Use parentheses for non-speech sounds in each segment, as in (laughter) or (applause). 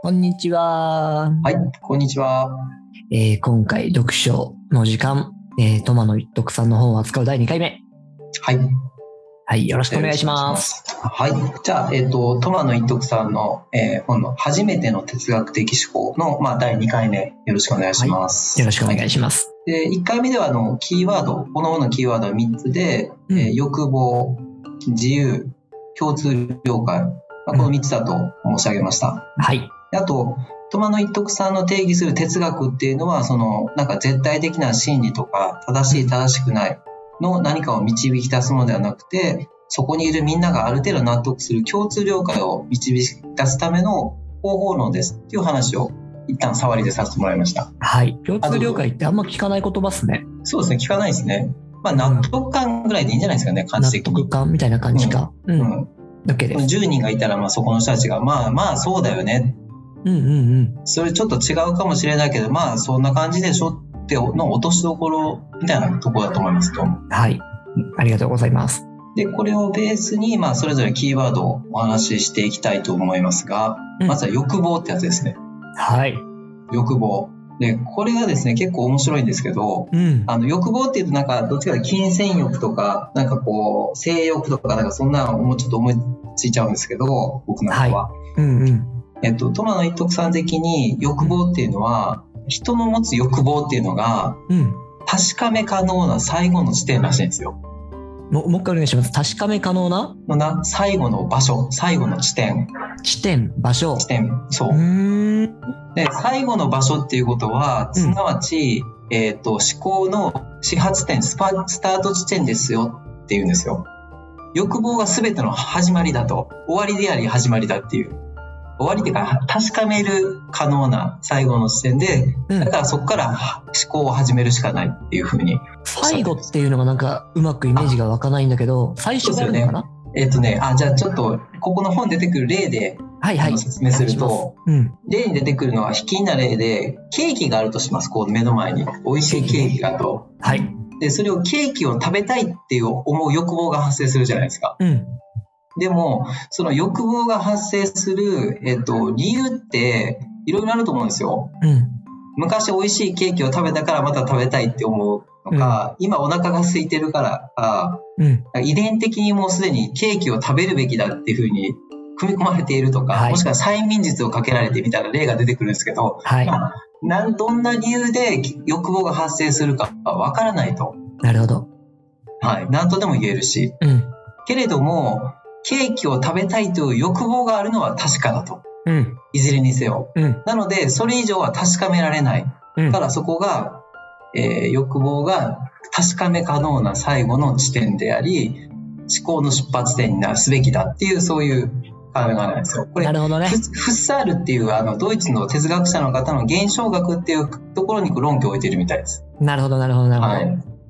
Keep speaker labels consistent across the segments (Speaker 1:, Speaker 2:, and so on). Speaker 1: こんにちは。
Speaker 2: はい、こんにちは。
Speaker 1: えー今回読書の時間、えー、トマの読さんの本を扱う第2回目。
Speaker 2: はい。よ
Speaker 1: はい、よろしくお願いします。
Speaker 2: す。はい。じゃあ、えっ、と、トマの一徳さんの、えー本の初めての哲学的思考の、まあ、第2回目、よろしくお願いします。
Speaker 1: よろしくお願
Speaker 2: はい
Speaker 1: します。
Speaker 2: で、1回目では、あの、キーワード、こののキーワードは3つで、
Speaker 1: うん
Speaker 2: えー欲望、自由、共通了解、まあ、この3つだと申し上げました。
Speaker 1: はい。
Speaker 2: であと、友の一徳さんの定義する哲学っていうのは、その、なんか絶対的な真理とか、正しい正しくないの何かを導き出すものではなくて、そこにいるみんながある程度納得する共通了解を導き出すための方法論ですっていう話を一旦触りでさせてもらいました。
Speaker 1: はい。共通了解ってあんま聞かない言葉っすね。
Speaker 2: そうですね、聞かないですね。まあ、納得感ぐらいでいいんじゃないですかね、感
Speaker 1: 納
Speaker 2: じ的に。
Speaker 1: 得感みたいな感じか。うん。
Speaker 2: うん、
Speaker 1: だけです。
Speaker 2: 10人がいたら、まあ、そこの人たちが、まあまあ、そうだよね
Speaker 1: うんうんうん。
Speaker 2: それちょっと違うかもしれないけど、まあそんな感じでしょっての落としどころみたいなところだと思いますと。
Speaker 1: はい。ありがとうございます。
Speaker 2: で、これをベースに、まあそれぞれキーワードをお話ししていきたいと思いますが、
Speaker 1: うん
Speaker 2: まずは欲望ってやつですね。
Speaker 1: はい。
Speaker 2: 欲望。で、これがですね、結構面白いんですけど、
Speaker 1: うん。
Speaker 2: あの欲望っていうとなんかどっちかというと金銭欲とか、なんかこう性欲とか、なんかそんなのもうちょっと思いついちゃうんですけど、僕なんかは。
Speaker 1: うんうん。
Speaker 2: えっと、トマの一徳さん的に欲望っていうのは、人の持つ欲望っていうのが、
Speaker 1: うん。
Speaker 2: 確かめ可能な最後の地点らしいんですよ。
Speaker 1: ももう一回お願いします。確かめ可能な
Speaker 2: のな最後の場所、最後の地点、
Speaker 1: 地点、場所。
Speaker 2: 地点、そうう。
Speaker 1: ーん。
Speaker 2: で、最後の場所っていうことは、
Speaker 1: うん
Speaker 2: すなわち、えっ、と、思考の始発点、スパ、スタート地点ですよっていうんですよ。欲望が全ての始まりだと。終わりであり始まりだっていう。終わりっていうか、確かめる可能な最後の地点で、
Speaker 1: うん
Speaker 2: だからそこから思考を始めるしかないっていうふうに。
Speaker 1: 最後っていうのがなんかうまくイメージが湧かないんだけど、最初があるのかな、
Speaker 2: えっ、とね、あ、じゃあちょっと、ここの本出てくる例で
Speaker 1: はいはい。
Speaker 2: 説明すると、
Speaker 1: うん。
Speaker 2: 例に出てくるのは、ひきんな例で、ケーキがあるとします、こう目の前に。美味しいケーキがと。
Speaker 1: はい。
Speaker 2: で、それをケーキを食べたいっていう思う欲望が発生するじゃないですか。
Speaker 1: うん。
Speaker 2: でも、その欲望が発生する、えっと、理由って、いろいろあると思うんですよ。
Speaker 1: うん。
Speaker 2: 昔美味しいケーキを食べたからまた食べたいって思うのか、今お腹が空いてるからか、
Speaker 1: うん。
Speaker 2: 遺伝的にもうすでにケーキを食べるべきだっていうふうに組み込まれているとか、
Speaker 1: はい
Speaker 2: もしくは催眠術をかけられてみたいな例が出てくるんですけど、
Speaker 1: はい。
Speaker 2: まあなんどんな理由で欲望が発生するかはわからないと、
Speaker 1: なるほど。
Speaker 2: はい、何とでも言えるし
Speaker 1: うん。
Speaker 2: けれどもケーキを食べたいという欲望があるのは確かだと
Speaker 1: うん。
Speaker 2: いずれにせよ
Speaker 1: うん。
Speaker 2: なのでそれ以上は確かめられない
Speaker 1: うん
Speaker 2: か。らそこが、えー欲望が確かめ可能な最後の地点であり思考の出発点になるすべきだっていうそういう考えなんですよ。これ
Speaker 1: なるほどね
Speaker 2: フ。スフッサールっていうあのドイツの哲学者の方の現象学っていうところに論拠を置いてるみたいです。
Speaker 1: なるほど、なるほど、なるほど。
Speaker 2: は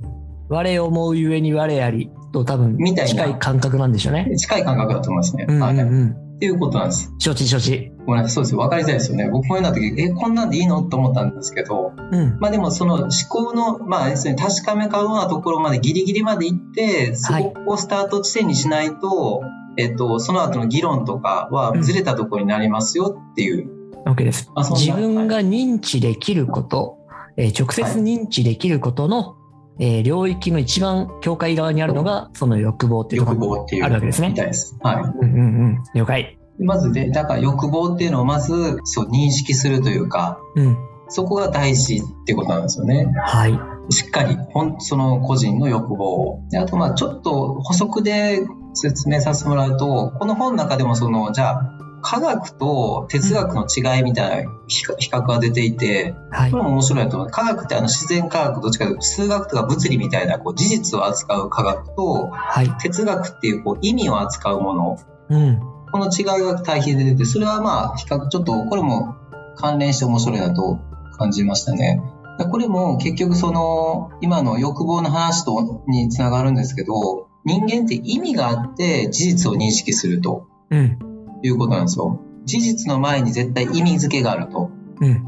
Speaker 2: い
Speaker 1: 我思うゆえに我ありと多分
Speaker 2: みたいな
Speaker 1: 近い感覚なんでしょうね。
Speaker 2: 近い感覚だと思いますね。
Speaker 1: うんう
Speaker 2: はい
Speaker 1: んうん。
Speaker 2: っていうことなんです。
Speaker 1: 承知承知。
Speaker 2: ごめんなさい、そうですよ。分かりづらいですよね。僕も読んだ時、え、こんなんでいいのと思ったんですけど、
Speaker 1: うん。
Speaker 2: まあでもその思考の、まあ要するに確かめ可能なところまでギリギリまで行って、そ
Speaker 1: はい
Speaker 2: こをスタート地点にしないと、えっと、その後の議論とかはずれたところになりますよっていう。
Speaker 1: OK です。
Speaker 2: あそんな
Speaker 1: 自分が認知できること、えー直接認知できることの、えー領域の一番境界側にあるのがその欲望っていうとこ
Speaker 2: 欲
Speaker 1: ろ
Speaker 2: 望っていう。
Speaker 1: あるわけですね
Speaker 2: みたいです。はい。
Speaker 1: うんうんうん。了解。
Speaker 2: まずで、だから欲望っていうのをまずそう認識するというか、
Speaker 1: うん。
Speaker 2: そこが大事ってことなんですよね。
Speaker 1: はい。
Speaker 2: しっかり、ほんその個人の欲望を。であと、まあちょっと補足で説明させてもらうと、この本の中でもその、じゃあ、科学と哲学の違いみたいな比較比較が出ていて、
Speaker 1: はい
Speaker 2: これ。も面白いなと思う。科学ってあの自然科学、どっちかというと数学とか物理みたいなこう事実を扱う科学と、
Speaker 1: はい。
Speaker 2: 哲学っていうこう意味を扱うもの
Speaker 1: うん。
Speaker 2: この違いが対比で出て、それはまあ、比較、ちょっと、これも関連して面白いなと感じましたね。でこれも結局その、今の欲望の話と、につながるんですけど、人間って意味があって事実を認識すると
Speaker 1: うん。
Speaker 2: いうことなんですよ。事実の前に絶対意味付けがあると。
Speaker 1: うん。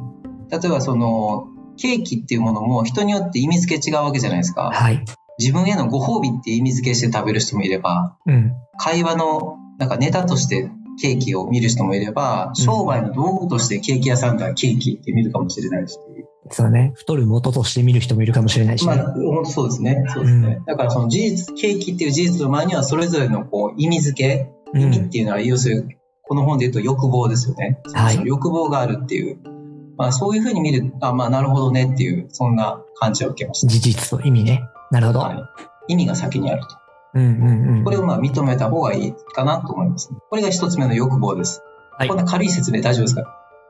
Speaker 2: 例えばその、ケーキっていうものも人によって意味付け違うわけじゃないですか。
Speaker 1: はい。
Speaker 2: 自分へのご褒美って意味付けして食べる人もいれば、
Speaker 1: うん。
Speaker 2: 会話のなんかネタとしてケーキを見る人もいれば、商売の道具としてケーキ屋さんではケーキって見るかもしれないし、
Speaker 1: そうね。太る元として見る人もいるかもしれないし、ね
Speaker 2: まあ、本当そうですね。そうですね。だからその事実、ケーキっていう事実の前にはそれぞれのこう意味付け、
Speaker 1: うん
Speaker 2: 意味っていうのは要するに、この本で言うと欲望ですよね。
Speaker 1: はい
Speaker 2: その欲望があるっていう。まあそういうふうに見る、あ、まあなるほどねっていう、そんな感じを受けまし
Speaker 1: 事実と意味ね。なるほ
Speaker 2: た。
Speaker 1: ど。
Speaker 2: はい、意味が先にあると。
Speaker 1: うんうんうん。
Speaker 2: これをまあ認めた方がいいかなと思います、これが一つ目の欲望です。
Speaker 1: はい
Speaker 2: こんな軽い説明大丈夫ですか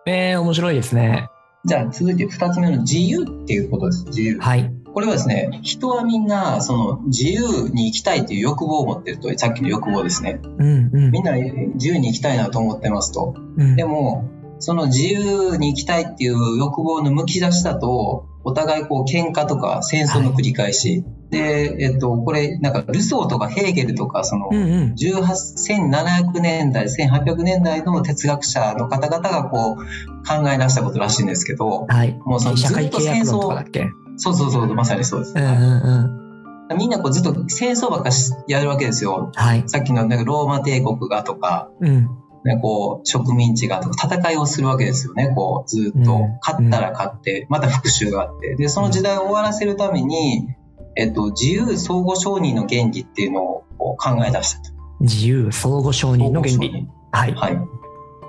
Speaker 1: えー、面白いですね。
Speaker 2: じゃあ続いて二つ目の自由っていうことです。自由。
Speaker 1: はい。
Speaker 2: これはですね、人はみんな、その、自由に生きたいっていう欲望を持ってると、さっきの欲望ですね。
Speaker 1: うんうん
Speaker 2: みんな自由に生きたいなと思ってますと。
Speaker 1: うん。
Speaker 2: でも、その自由に生きたいっていう欲望のむき出しだと、お互いこう、喧嘩とか戦争の繰り返し。で、えっと、これ、なんか、ルソーとかヘーゲルとか、その
Speaker 1: う、んうん。
Speaker 2: 18 1700年代、1800年代の哲学者の方々がこう、考え出したことらしいんですけど、
Speaker 1: はい。
Speaker 2: もうその
Speaker 1: 社会
Speaker 2: ずっと
Speaker 1: 契約
Speaker 2: 戦
Speaker 1: 論
Speaker 2: 争
Speaker 1: とかだっけ
Speaker 2: そうそうそう、まさにそうです。
Speaker 1: うんうんうん。
Speaker 2: みんなこうずっと戦争ばっかしやるわけですよ。
Speaker 1: はい。
Speaker 2: さっきのなんかローマ帝国がとか、
Speaker 1: うん。
Speaker 2: ね、こう植民地がとか戦いをするわけですよね。こうずっ
Speaker 1: う
Speaker 2: と
Speaker 1: ん
Speaker 2: 勝ったら勝って、また復讐があって。で、その時代を終わらせるために、えっと、自由相互承認の原理っていうのをこう考え出したと。
Speaker 1: 自由相互承認の原
Speaker 2: 相互承
Speaker 1: 理。はい。
Speaker 2: はい。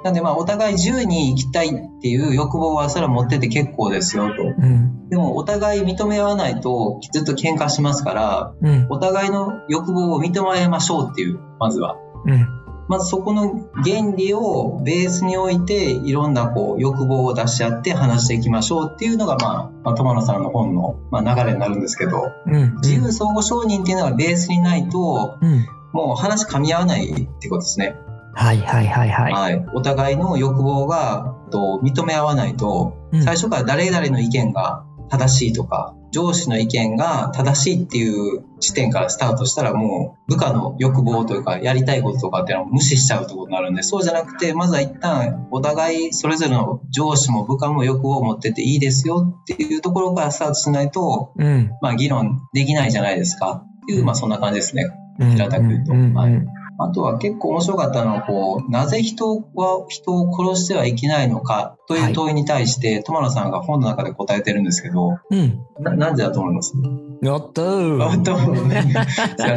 Speaker 2: なんでまあお互い自由に生きたいっていう欲望はそれは持ってて結構ですよと。
Speaker 1: うん。
Speaker 2: でもお互い認め合わないとずっと喧嘩しますから、
Speaker 1: うん。
Speaker 2: お互いの欲望を認め合いましょうっていう、まずは。
Speaker 1: うん。
Speaker 2: まずそこの原理をベースに置いて、いろんなこう欲望を出し合って話していきましょうっていうのが、まあ、まあ、友野さんの本の、まあ、流れになるんですけど、
Speaker 1: うん。
Speaker 2: 自由相互承認っていうのがベースにないと、
Speaker 1: うん。
Speaker 2: もう話噛み合わないってことですね。
Speaker 1: はいはいはいは
Speaker 2: はい。お互いの欲望が、えっと認め合わない
Speaker 1: い。う
Speaker 2: と、
Speaker 1: ん
Speaker 2: 最初から誰々の意見が正しいとか、上司の意見が正しいっていう視点からスタートしたらもう部下の欲望というかやりたいこととかっていうのを無視しちゃうってことになるんで、そうじゃなくて、まずは一旦お互いそれぞれの上司も部下も欲望を持ってていいですよっていうところからスタートしないと、
Speaker 1: うん。
Speaker 2: まあ議論できないじゃないですかっていう、まあそんな感じですね。
Speaker 1: うん。
Speaker 2: 平たく言うと
Speaker 1: うん
Speaker 2: は
Speaker 1: う
Speaker 2: い
Speaker 1: ん。
Speaker 2: あとは結構面白かったのは、こう、なぜ人は、人を殺してはいけないのかと
Speaker 1: はいいう
Speaker 2: 問いに対して、トマ野さんが本の中で答えてるんですけど、
Speaker 1: うん。
Speaker 2: ななんでだと思います
Speaker 1: やったー
Speaker 2: あどうもね (laughs) すいませ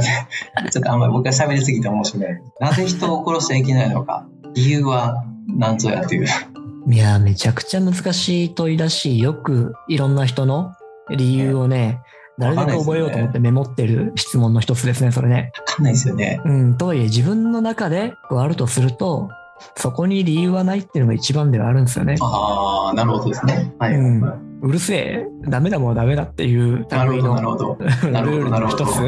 Speaker 2: ん。ちょっとあんまり僕が喋りすぎて面白くない。なぜ人を殺してはいけないのか。理由は何ぞやという。
Speaker 1: いやー、めちゃくちゃ難しい問いだし、よくいろんな人の理由をね、なるべく覚えようと思ってメモってる質問の一つですね、それね。
Speaker 2: わかんないですよね。
Speaker 1: うん、とはいえ自分の中でこうあるとすると、そこに理由はないっていうのが一番ではあるんですよね。
Speaker 2: ああ、なるほどですね。はい。
Speaker 1: うん
Speaker 2: は
Speaker 1: うるせえ、ダメだもんダメだっていう
Speaker 2: いなるほ
Speaker 1: 類
Speaker 2: ど、
Speaker 1: の
Speaker 2: なるほど。
Speaker 1: ル
Speaker 2: なるほ
Speaker 1: ー
Speaker 2: ど
Speaker 1: ル
Speaker 2: なる
Speaker 1: の
Speaker 2: ほど
Speaker 1: 一つ。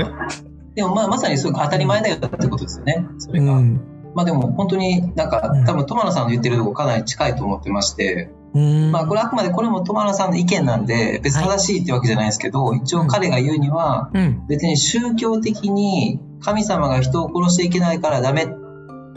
Speaker 2: でもまあまさにそういう当たり前だよってことですよね。それ
Speaker 1: う
Speaker 2: が。
Speaker 1: ん。
Speaker 2: まあでも本当になんか
Speaker 1: うん
Speaker 2: 多分トマ野さんの言ってるとこかなり近いと思ってまして、
Speaker 1: うん。
Speaker 2: まあこれはあくまでこれもトマ野さんの意見なんで別に正しいってわけじゃないですけど、一応彼が言うには
Speaker 1: うん。
Speaker 2: 別に宗教的に神様が人を殺していけないからダメ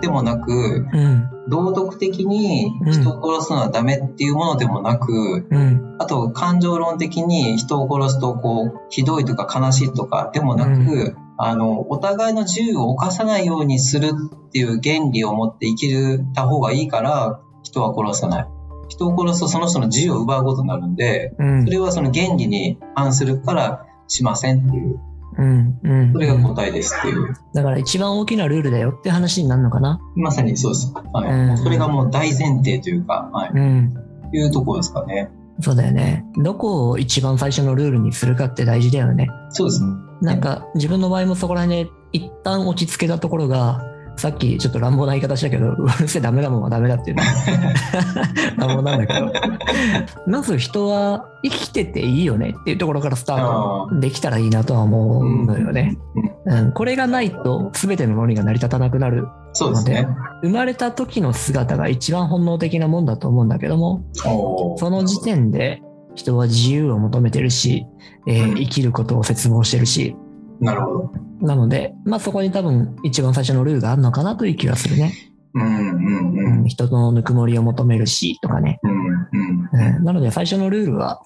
Speaker 2: でもなく、
Speaker 1: うん。
Speaker 2: 道徳的に人を殺すのはダメっていうものでもなく、
Speaker 1: うん。
Speaker 2: あと感情論的に人を殺すとこうひどいとか悲しいとかでもなく、
Speaker 1: う
Speaker 2: あのお互いの自由を犯さないようにするっていう原理を持って生きるた方がいいから人は殺さない人を殺すとその人の自由を奪うことになるんで
Speaker 1: うん
Speaker 2: そ。れはその原理に反するからしませんっていう
Speaker 1: うん。うん。
Speaker 2: それが答えですっていう
Speaker 1: だから一番大きなルールだよって話になるのかな。
Speaker 2: まさにそうです、はい
Speaker 1: うん
Speaker 2: それがもう大前提というか、はい
Speaker 1: うん。
Speaker 2: いうところですかね
Speaker 1: そうだよね。どこを一番最初のルールにするかって大事だよね。
Speaker 2: そうですね
Speaker 1: なんか自分の場合もそこら辺で一旦落ち着けたところが、さっきちょっと乱暴な言い方したけど、 (laughs) うるせえダメだもんはダメだっていうの (laughs) は乱暴なんだけど、 (laughs) まず人は生きてていいよねっていうところからスター
Speaker 2: あー
Speaker 1: トできたらいいなとは思うのよね。うん、これがないと全てのものが成り立たなくなる。
Speaker 2: そうですね
Speaker 1: 生まれた時の姿が一番本能的なもんだと思うんだけども、
Speaker 2: おー
Speaker 1: その時点で人は自由を求めてるし、えー
Speaker 2: うん
Speaker 1: 生きることを絶望してるし、
Speaker 2: なるほど
Speaker 1: なので、まあそこに多分一番最初のルールがあるのかなという気がするね。
Speaker 2: うんうんう
Speaker 1: うんん、人のぬくもりを求めるしとかね。
Speaker 2: うんうん
Speaker 1: うん、なので最初のルールは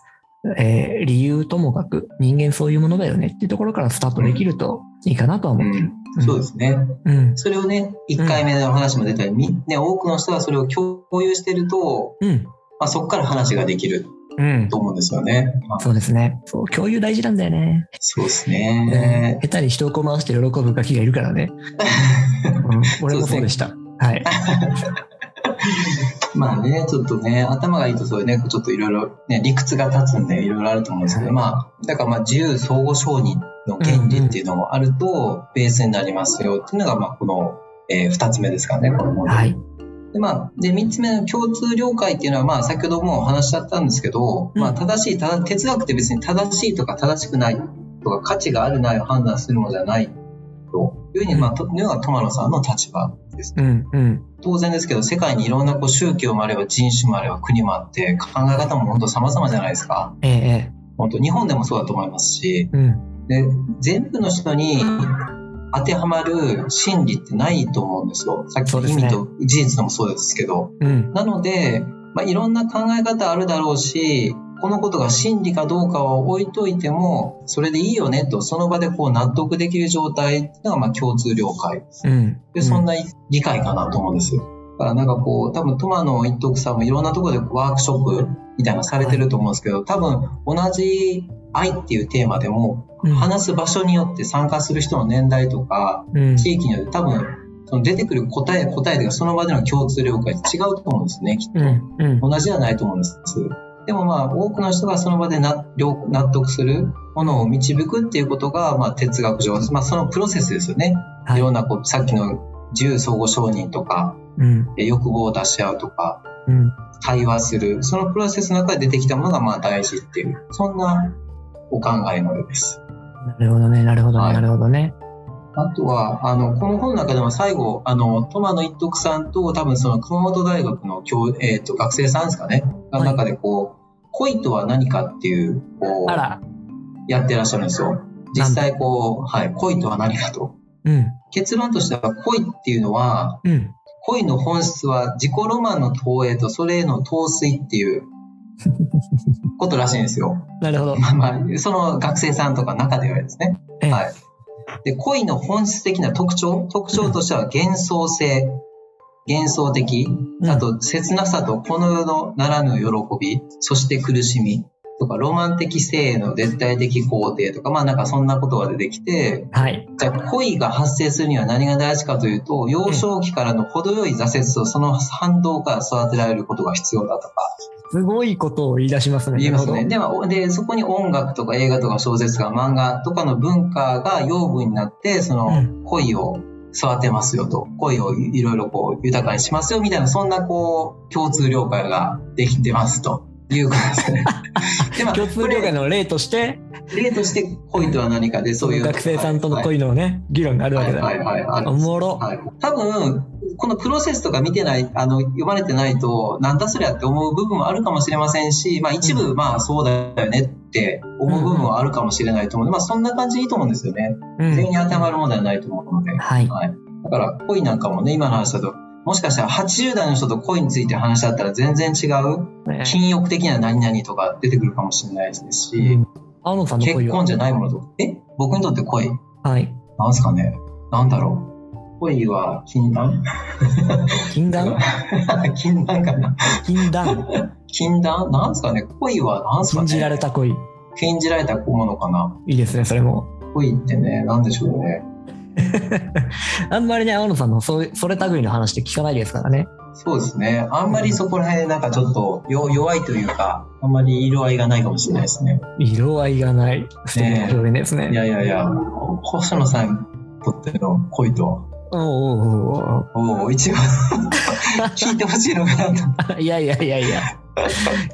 Speaker 1: えー理由ともかく人間そういうものだよねっていうところからスタートできるといいかなとは
Speaker 2: う
Speaker 1: 思う。
Speaker 2: ん、そうですね。
Speaker 1: うん。
Speaker 2: それをね、1回目の話も出たように、みね、多くの人はそれを共有してると、
Speaker 1: うん。
Speaker 2: まあ、そこから話ができる
Speaker 1: うん
Speaker 2: と。思うんですよね。まあ
Speaker 1: そうですね。そう、共有大事なんだよね。
Speaker 2: そうです
Speaker 1: うん
Speaker 2: ね。
Speaker 1: 下手に人をこう回して喜ぶガキがいるから
Speaker 2: (laughs)
Speaker 1: ね。うん俺もそうでした。はい。
Speaker 2: まあね、ちょっとね、頭がいいとそういうね、ちょっといろいろね、理屈が立つんでいろいろあると思うんですけど、
Speaker 1: はい
Speaker 2: まあ、だからまあ自由相互承認の原理っていうのもあると、ベースになりますよっていうのが、まあ、この、えー、二つ目ですからね、この問題。
Speaker 1: はい。
Speaker 2: で、まあ、で、三つ目の共通了解っていうのは、まあ、先ほどもお話しちゃったんですけど、
Speaker 1: うん
Speaker 2: まあ、正しい、ただ哲学って別に正しいとか正しくないとか、価値があるないを判断するものじゃないというふうに、まあ、というのが、トマノさんの立場です。
Speaker 1: うん、うん。
Speaker 2: 当然ですけど、世界にいろんなこう宗教もあれば、人種もあれば、国もあって、考え方も本当様々じゃないですか。
Speaker 1: えええ
Speaker 2: 本当、日本でもそうだと思いますし、
Speaker 1: え、うん。
Speaker 2: で、全部の人に当てはまる真理ってないと思うんですよ。さっき
Speaker 1: そう
Speaker 2: の
Speaker 1: です
Speaker 2: 意
Speaker 1: ね
Speaker 2: 味と事実もそうですけど。
Speaker 1: うん。
Speaker 2: なので、まあ、いろんな考え方あるだろうし、このことが真理かどうかは置いといても、それでいいよねと、その場でこう納得できる状態っていうのがまあ共通了解。
Speaker 1: うん。
Speaker 2: で、そんな理解かなと思うんです。だからなんかこう、多分トマの一徳さんもいろんなところでワークショップみたいなのされてると思うんですけど、多分同じ愛っていうテーマでも、
Speaker 1: うん、
Speaker 2: 話す場所によって参加する人の年代とか、
Speaker 1: うん、
Speaker 2: 地域によって多分その出てくる答え答えというかその場での共通了解って違うと思うんですねきっと、
Speaker 1: うん、うん。
Speaker 2: 同じではないと思うんですでもまあ多くの人がその場でな了納得するものを導くっていうことが、まあ、哲学上、まあ、そのプロセスですよね、、
Speaker 1: はいい
Speaker 2: ろんなこうさっきの自由相互承認とか
Speaker 1: うん、
Speaker 2: え欲望を出し合うとか
Speaker 1: うん。
Speaker 2: 対話するそのプロセスの中で出てきたものがまあ大事っていうそんなお考えのようです
Speaker 1: なるほどね、なるほど
Speaker 2: は
Speaker 1: ね、
Speaker 2: い
Speaker 1: なるほどね。
Speaker 2: あとは、あの、この本の中でも最後、あの、トマの一徳さんと、多分その熊本大学の教、えー、と学生さんですかね、が
Speaker 1: はい
Speaker 2: 中でこう、恋とは何かっていう、こ
Speaker 1: あ
Speaker 2: う、
Speaker 1: ら、
Speaker 2: やってらっしゃるんですよ。実際こう、はい、恋とは何かと。
Speaker 1: うん、
Speaker 2: 結論としては、恋っていうのは、
Speaker 1: うん。
Speaker 2: 恋の本質は自己ロマンの投影とそれへの陶酔っていうことらしいんですよ。
Speaker 1: なるほど。
Speaker 2: まあまあ、その学生さんとか中ではですね。
Speaker 1: ええ
Speaker 2: はいで恋の本質的な特徴特徴としては幻想性幻想的
Speaker 1: うん
Speaker 2: あと切なさとこの世のならぬ喜びそして苦しみとかロマン的性への絶対的肯定とかまあなんかそんなことが出てきて
Speaker 1: はい。
Speaker 2: じゃあ恋が発生するには何が大事かというと幼少期からの程よい挫折とその反動から育てられることが必要だとか
Speaker 1: すごいことを言い出しますね。
Speaker 2: 言いますね。
Speaker 1: なる
Speaker 2: では、で、そこに音楽とか映画とか小説とか漫画とかの文化が養分になって、その、
Speaker 1: うん
Speaker 2: 恋を育てますよと、恋をいろいろこう、豊かにしますよみたいな、そんなこう、共通了解ができてますと。いうことで
Speaker 1: (laughs)
Speaker 2: すね。で
Speaker 1: ほ
Speaker 2: も
Speaker 1: ど。共通了解の例として、
Speaker 2: 例として恋とは何かで、そういう。
Speaker 1: 学生さんとの恋のね、議論があるわ
Speaker 2: は
Speaker 1: け
Speaker 2: いは
Speaker 1: だ。
Speaker 2: いはいはい。ある
Speaker 1: おもろ。
Speaker 2: はい、多分このプロセスとか見てないあの読まれてないとなんだそりゃって思う部分もあるかもしれませんし、まあ、一部、まあそうだよねって思う部分はあるかもしれないと思うので、まあ、そんな感じでいいと思うんですよね、
Speaker 1: うん
Speaker 2: 全員に当てはまるものではないと思うので、
Speaker 1: はい。
Speaker 2: はい、だから恋なんかもね今の話だともしかしたら80代の人と恋について話だったら全然違う
Speaker 1: ね
Speaker 2: 禁欲的な何々とか出てくるかもしれないですし、
Speaker 1: うん青野さんの
Speaker 2: 結
Speaker 1: 恋
Speaker 2: 婚
Speaker 1: は
Speaker 2: じゃないものとかえ僕にとって恋
Speaker 1: はい。
Speaker 2: なんすかねなんだろう恋は禁断
Speaker 1: 禁断
Speaker 2: (laughs) 禁断かな
Speaker 1: 禁断。
Speaker 2: 禁断なんですかね恋はなんすか
Speaker 1: 禁
Speaker 2: ね
Speaker 1: じられた恋。い
Speaker 2: 禁じられたものかない
Speaker 1: ですね、それも。
Speaker 2: 恋ってね、なんでしょうね。
Speaker 1: あんまりね、青野さんのそそれ類の話って聞かないですからね。
Speaker 2: そうですね。あんまりそこら辺なんかちょっとよ弱いというか、あんまり色合いがないかもしれないですね。
Speaker 1: 色合いがない。素敵な表現ですね。
Speaker 2: いやいやいや、星野さんにとっての恋とは、
Speaker 1: おうおうおうおう
Speaker 2: おお、一番 (laughs) 聞いてほしいのかなと。
Speaker 1: いやいやいやいや。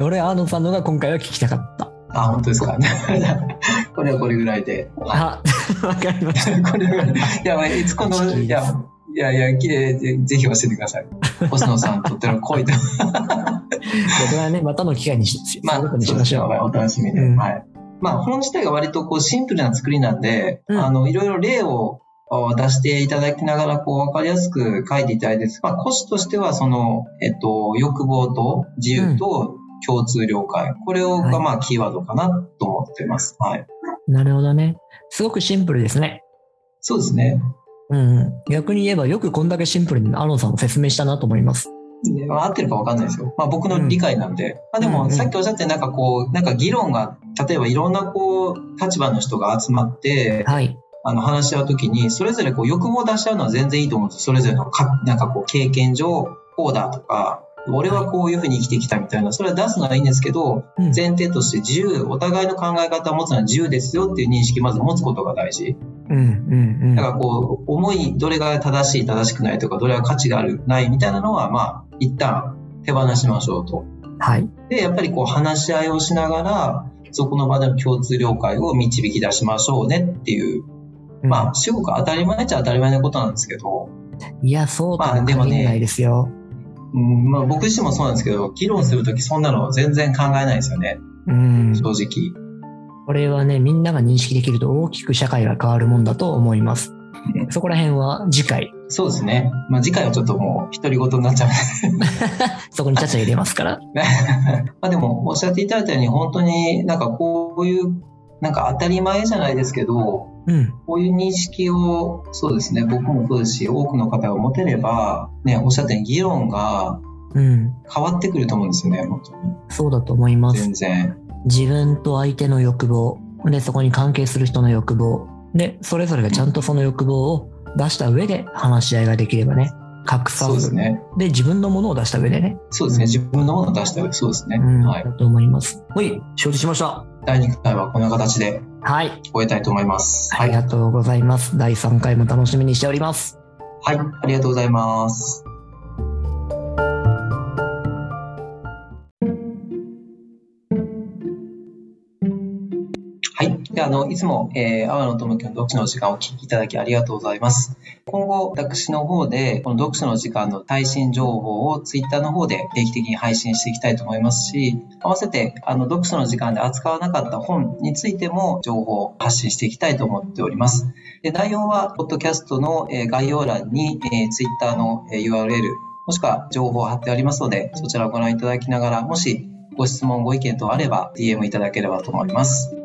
Speaker 1: 俺、アーノさんのが今回は聞きたかった。
Speaker 2: あ、本当ですか。 (laughs) これはこれぐらいで。 (laughs)
Speaker 1: あ、わかりました。
Speaker 2: これは、いや、いつこの、いや、いやいや、綺麗で、ぜひ教えてください。星野さんにとっての恋とは。
Speaker 1: これはね、またの機会にし、
Speaker 2: ま
Speaker 1: そういうこ
Speaker 2: あ
Speaker 1: と、にしましょう。
Speaker 2: お楽しみで。
Speaker 1: うん
Speaker 2: はい。まあ、本自体が割とこうシンプルな作りなんで、
Speaker 1: うん
Speaker 2: あの、いろいろ例をあ出していただきながら、こう、わかりやすく書いていただいて、まあ、骨子としては、その、えっと、欲望と自由と、共通了解。これを
Speaker 1: は
Speaker 2: が
Speaker 1: い
Speaker 2: まあキーワードかなと思ってます。はい。
Speaker 1: なるほどね。すごくシンプルですね。
Speaker 2: そうですね。
Speaker 1: うんうん。逆に言えば、よくこんだけシンプルにアロンさんを説明したなと思います。
Speaker 2: ねまあ合ってるか分かんないですよ。まあ、僕の理解なんで。まあ、で
Speaker 1: うんう
Speaker 2: も、
Speaker 1: ん
Speaker 2: さっきおっしゃって、なんかこう、なんか議論が、例えばいろんなこう、立場の人が集まって、
Speaker 1: はい。
Speaker 2: あの、話し合うときに、それぞれこう、欲望を出し合うのは全然いいと思うんですそれぞれのか、なんかこう、経験上、こうだとか、俺はこういうふうに生きてきたみたいな、それは出すのはいいんですけど、
Speaker 1: うん
Speaker 2: 前提として自由、お互いの考え方を持つのは自由ですよっていう認識、まず持つことが大事。
Speaker 1: うんうんうん
Speaker 2: だからこう、思い、どれが正しい、正しくないとか、どれが価値がある、ないみたいなのは、まあ、一旦手放しましょうと。
Speaker 1: はい。
Speaker 2: で、やっぱりこう、話し合いをしながら、そこの場での共通了解を導き出しましょうねっていう、まあ、すごく当たり前っちゃ当たり前なことなんですけど、
Speaker 1: うんいや、そうと
Speaker 2: まあ
Speaker 1: は
Speaker 2: でもね
Speaker 1: 限らないですよ。
Speaker 2: うんまあ、僕自身もそうなんですけど、議論するときそんなの全然考えないですよね、
Speaker 1: うん。
Speaker 2: 正直。
Speaker 1: これはね、みんなが認識できると大きく社会が変わるもんだと思います。そこら辺は次回、
Speaker 2: そうですね。まあ、次回はちょっともう、独り言になっちゃう (laughs)
Speaker 1: そこにちゃちゃ入れますから。
Speaker 2: まあでも、おっしゃっていただいたように、本当になんかこういう、なんか当たり前じゃないですけど、
Speaker 1: うん。
Speaker 2: こういう認識を、そうですね、僕もそうですし、多くの方が持てれば、ね、おっしゃったように議論が
Speaker 1: うん。
Speaker 2: 変わってくると思うんですよね、本当
Speaker 1: そうだと思いま
Speaker 2: に。
Speaker 1: す。
Speaker 2: 全然。
Speaker 1: 自分と相手の欲望。で、そこに関係する人の欲望。で、それぞれがちゃんとその欲望を出した上で話し合いができればね。格差
Speaker 2: そうですね。
Speaker 1: で、自分のものを出した上でね。
Speaker 2: そうですね。自分のものを出したい。そうですね。
Speaker 1: うん。
Speaker 2: はい。
Speaker 1: だと思います。はい。承知しました。
Speaker 2: 第2回はこんな形で
Speaker 1: はい。
Speaker 2: 終えたいと思います。
Speaker 1: あ
Speaker 2: は
Speaker 1: り
Speaker 2: い。
Speaker 1: がとうございます。第3回も楽しみにしております。
Speaker 2: はい。ありがとうございます。はい。で、あの、いつも、えー、阿波野智樹の読書の時間をお聞きいただきありがとうございます。今後、私の方で、この読書の時間の最新情報をツイッターの方で定期的に配信していきたいと思いますし、合わせて、あの、読書の時間で扱わなかった本についても情報を発信していきたいと思っております。で、内容は、ポッドキャストのえー概要欄に、えー、ツイッターのえー URL、もしくは情報を貼ってありますので、そちらをご覧いただきながら、もしご質問、ご意見等あれば、DM いただければと思います。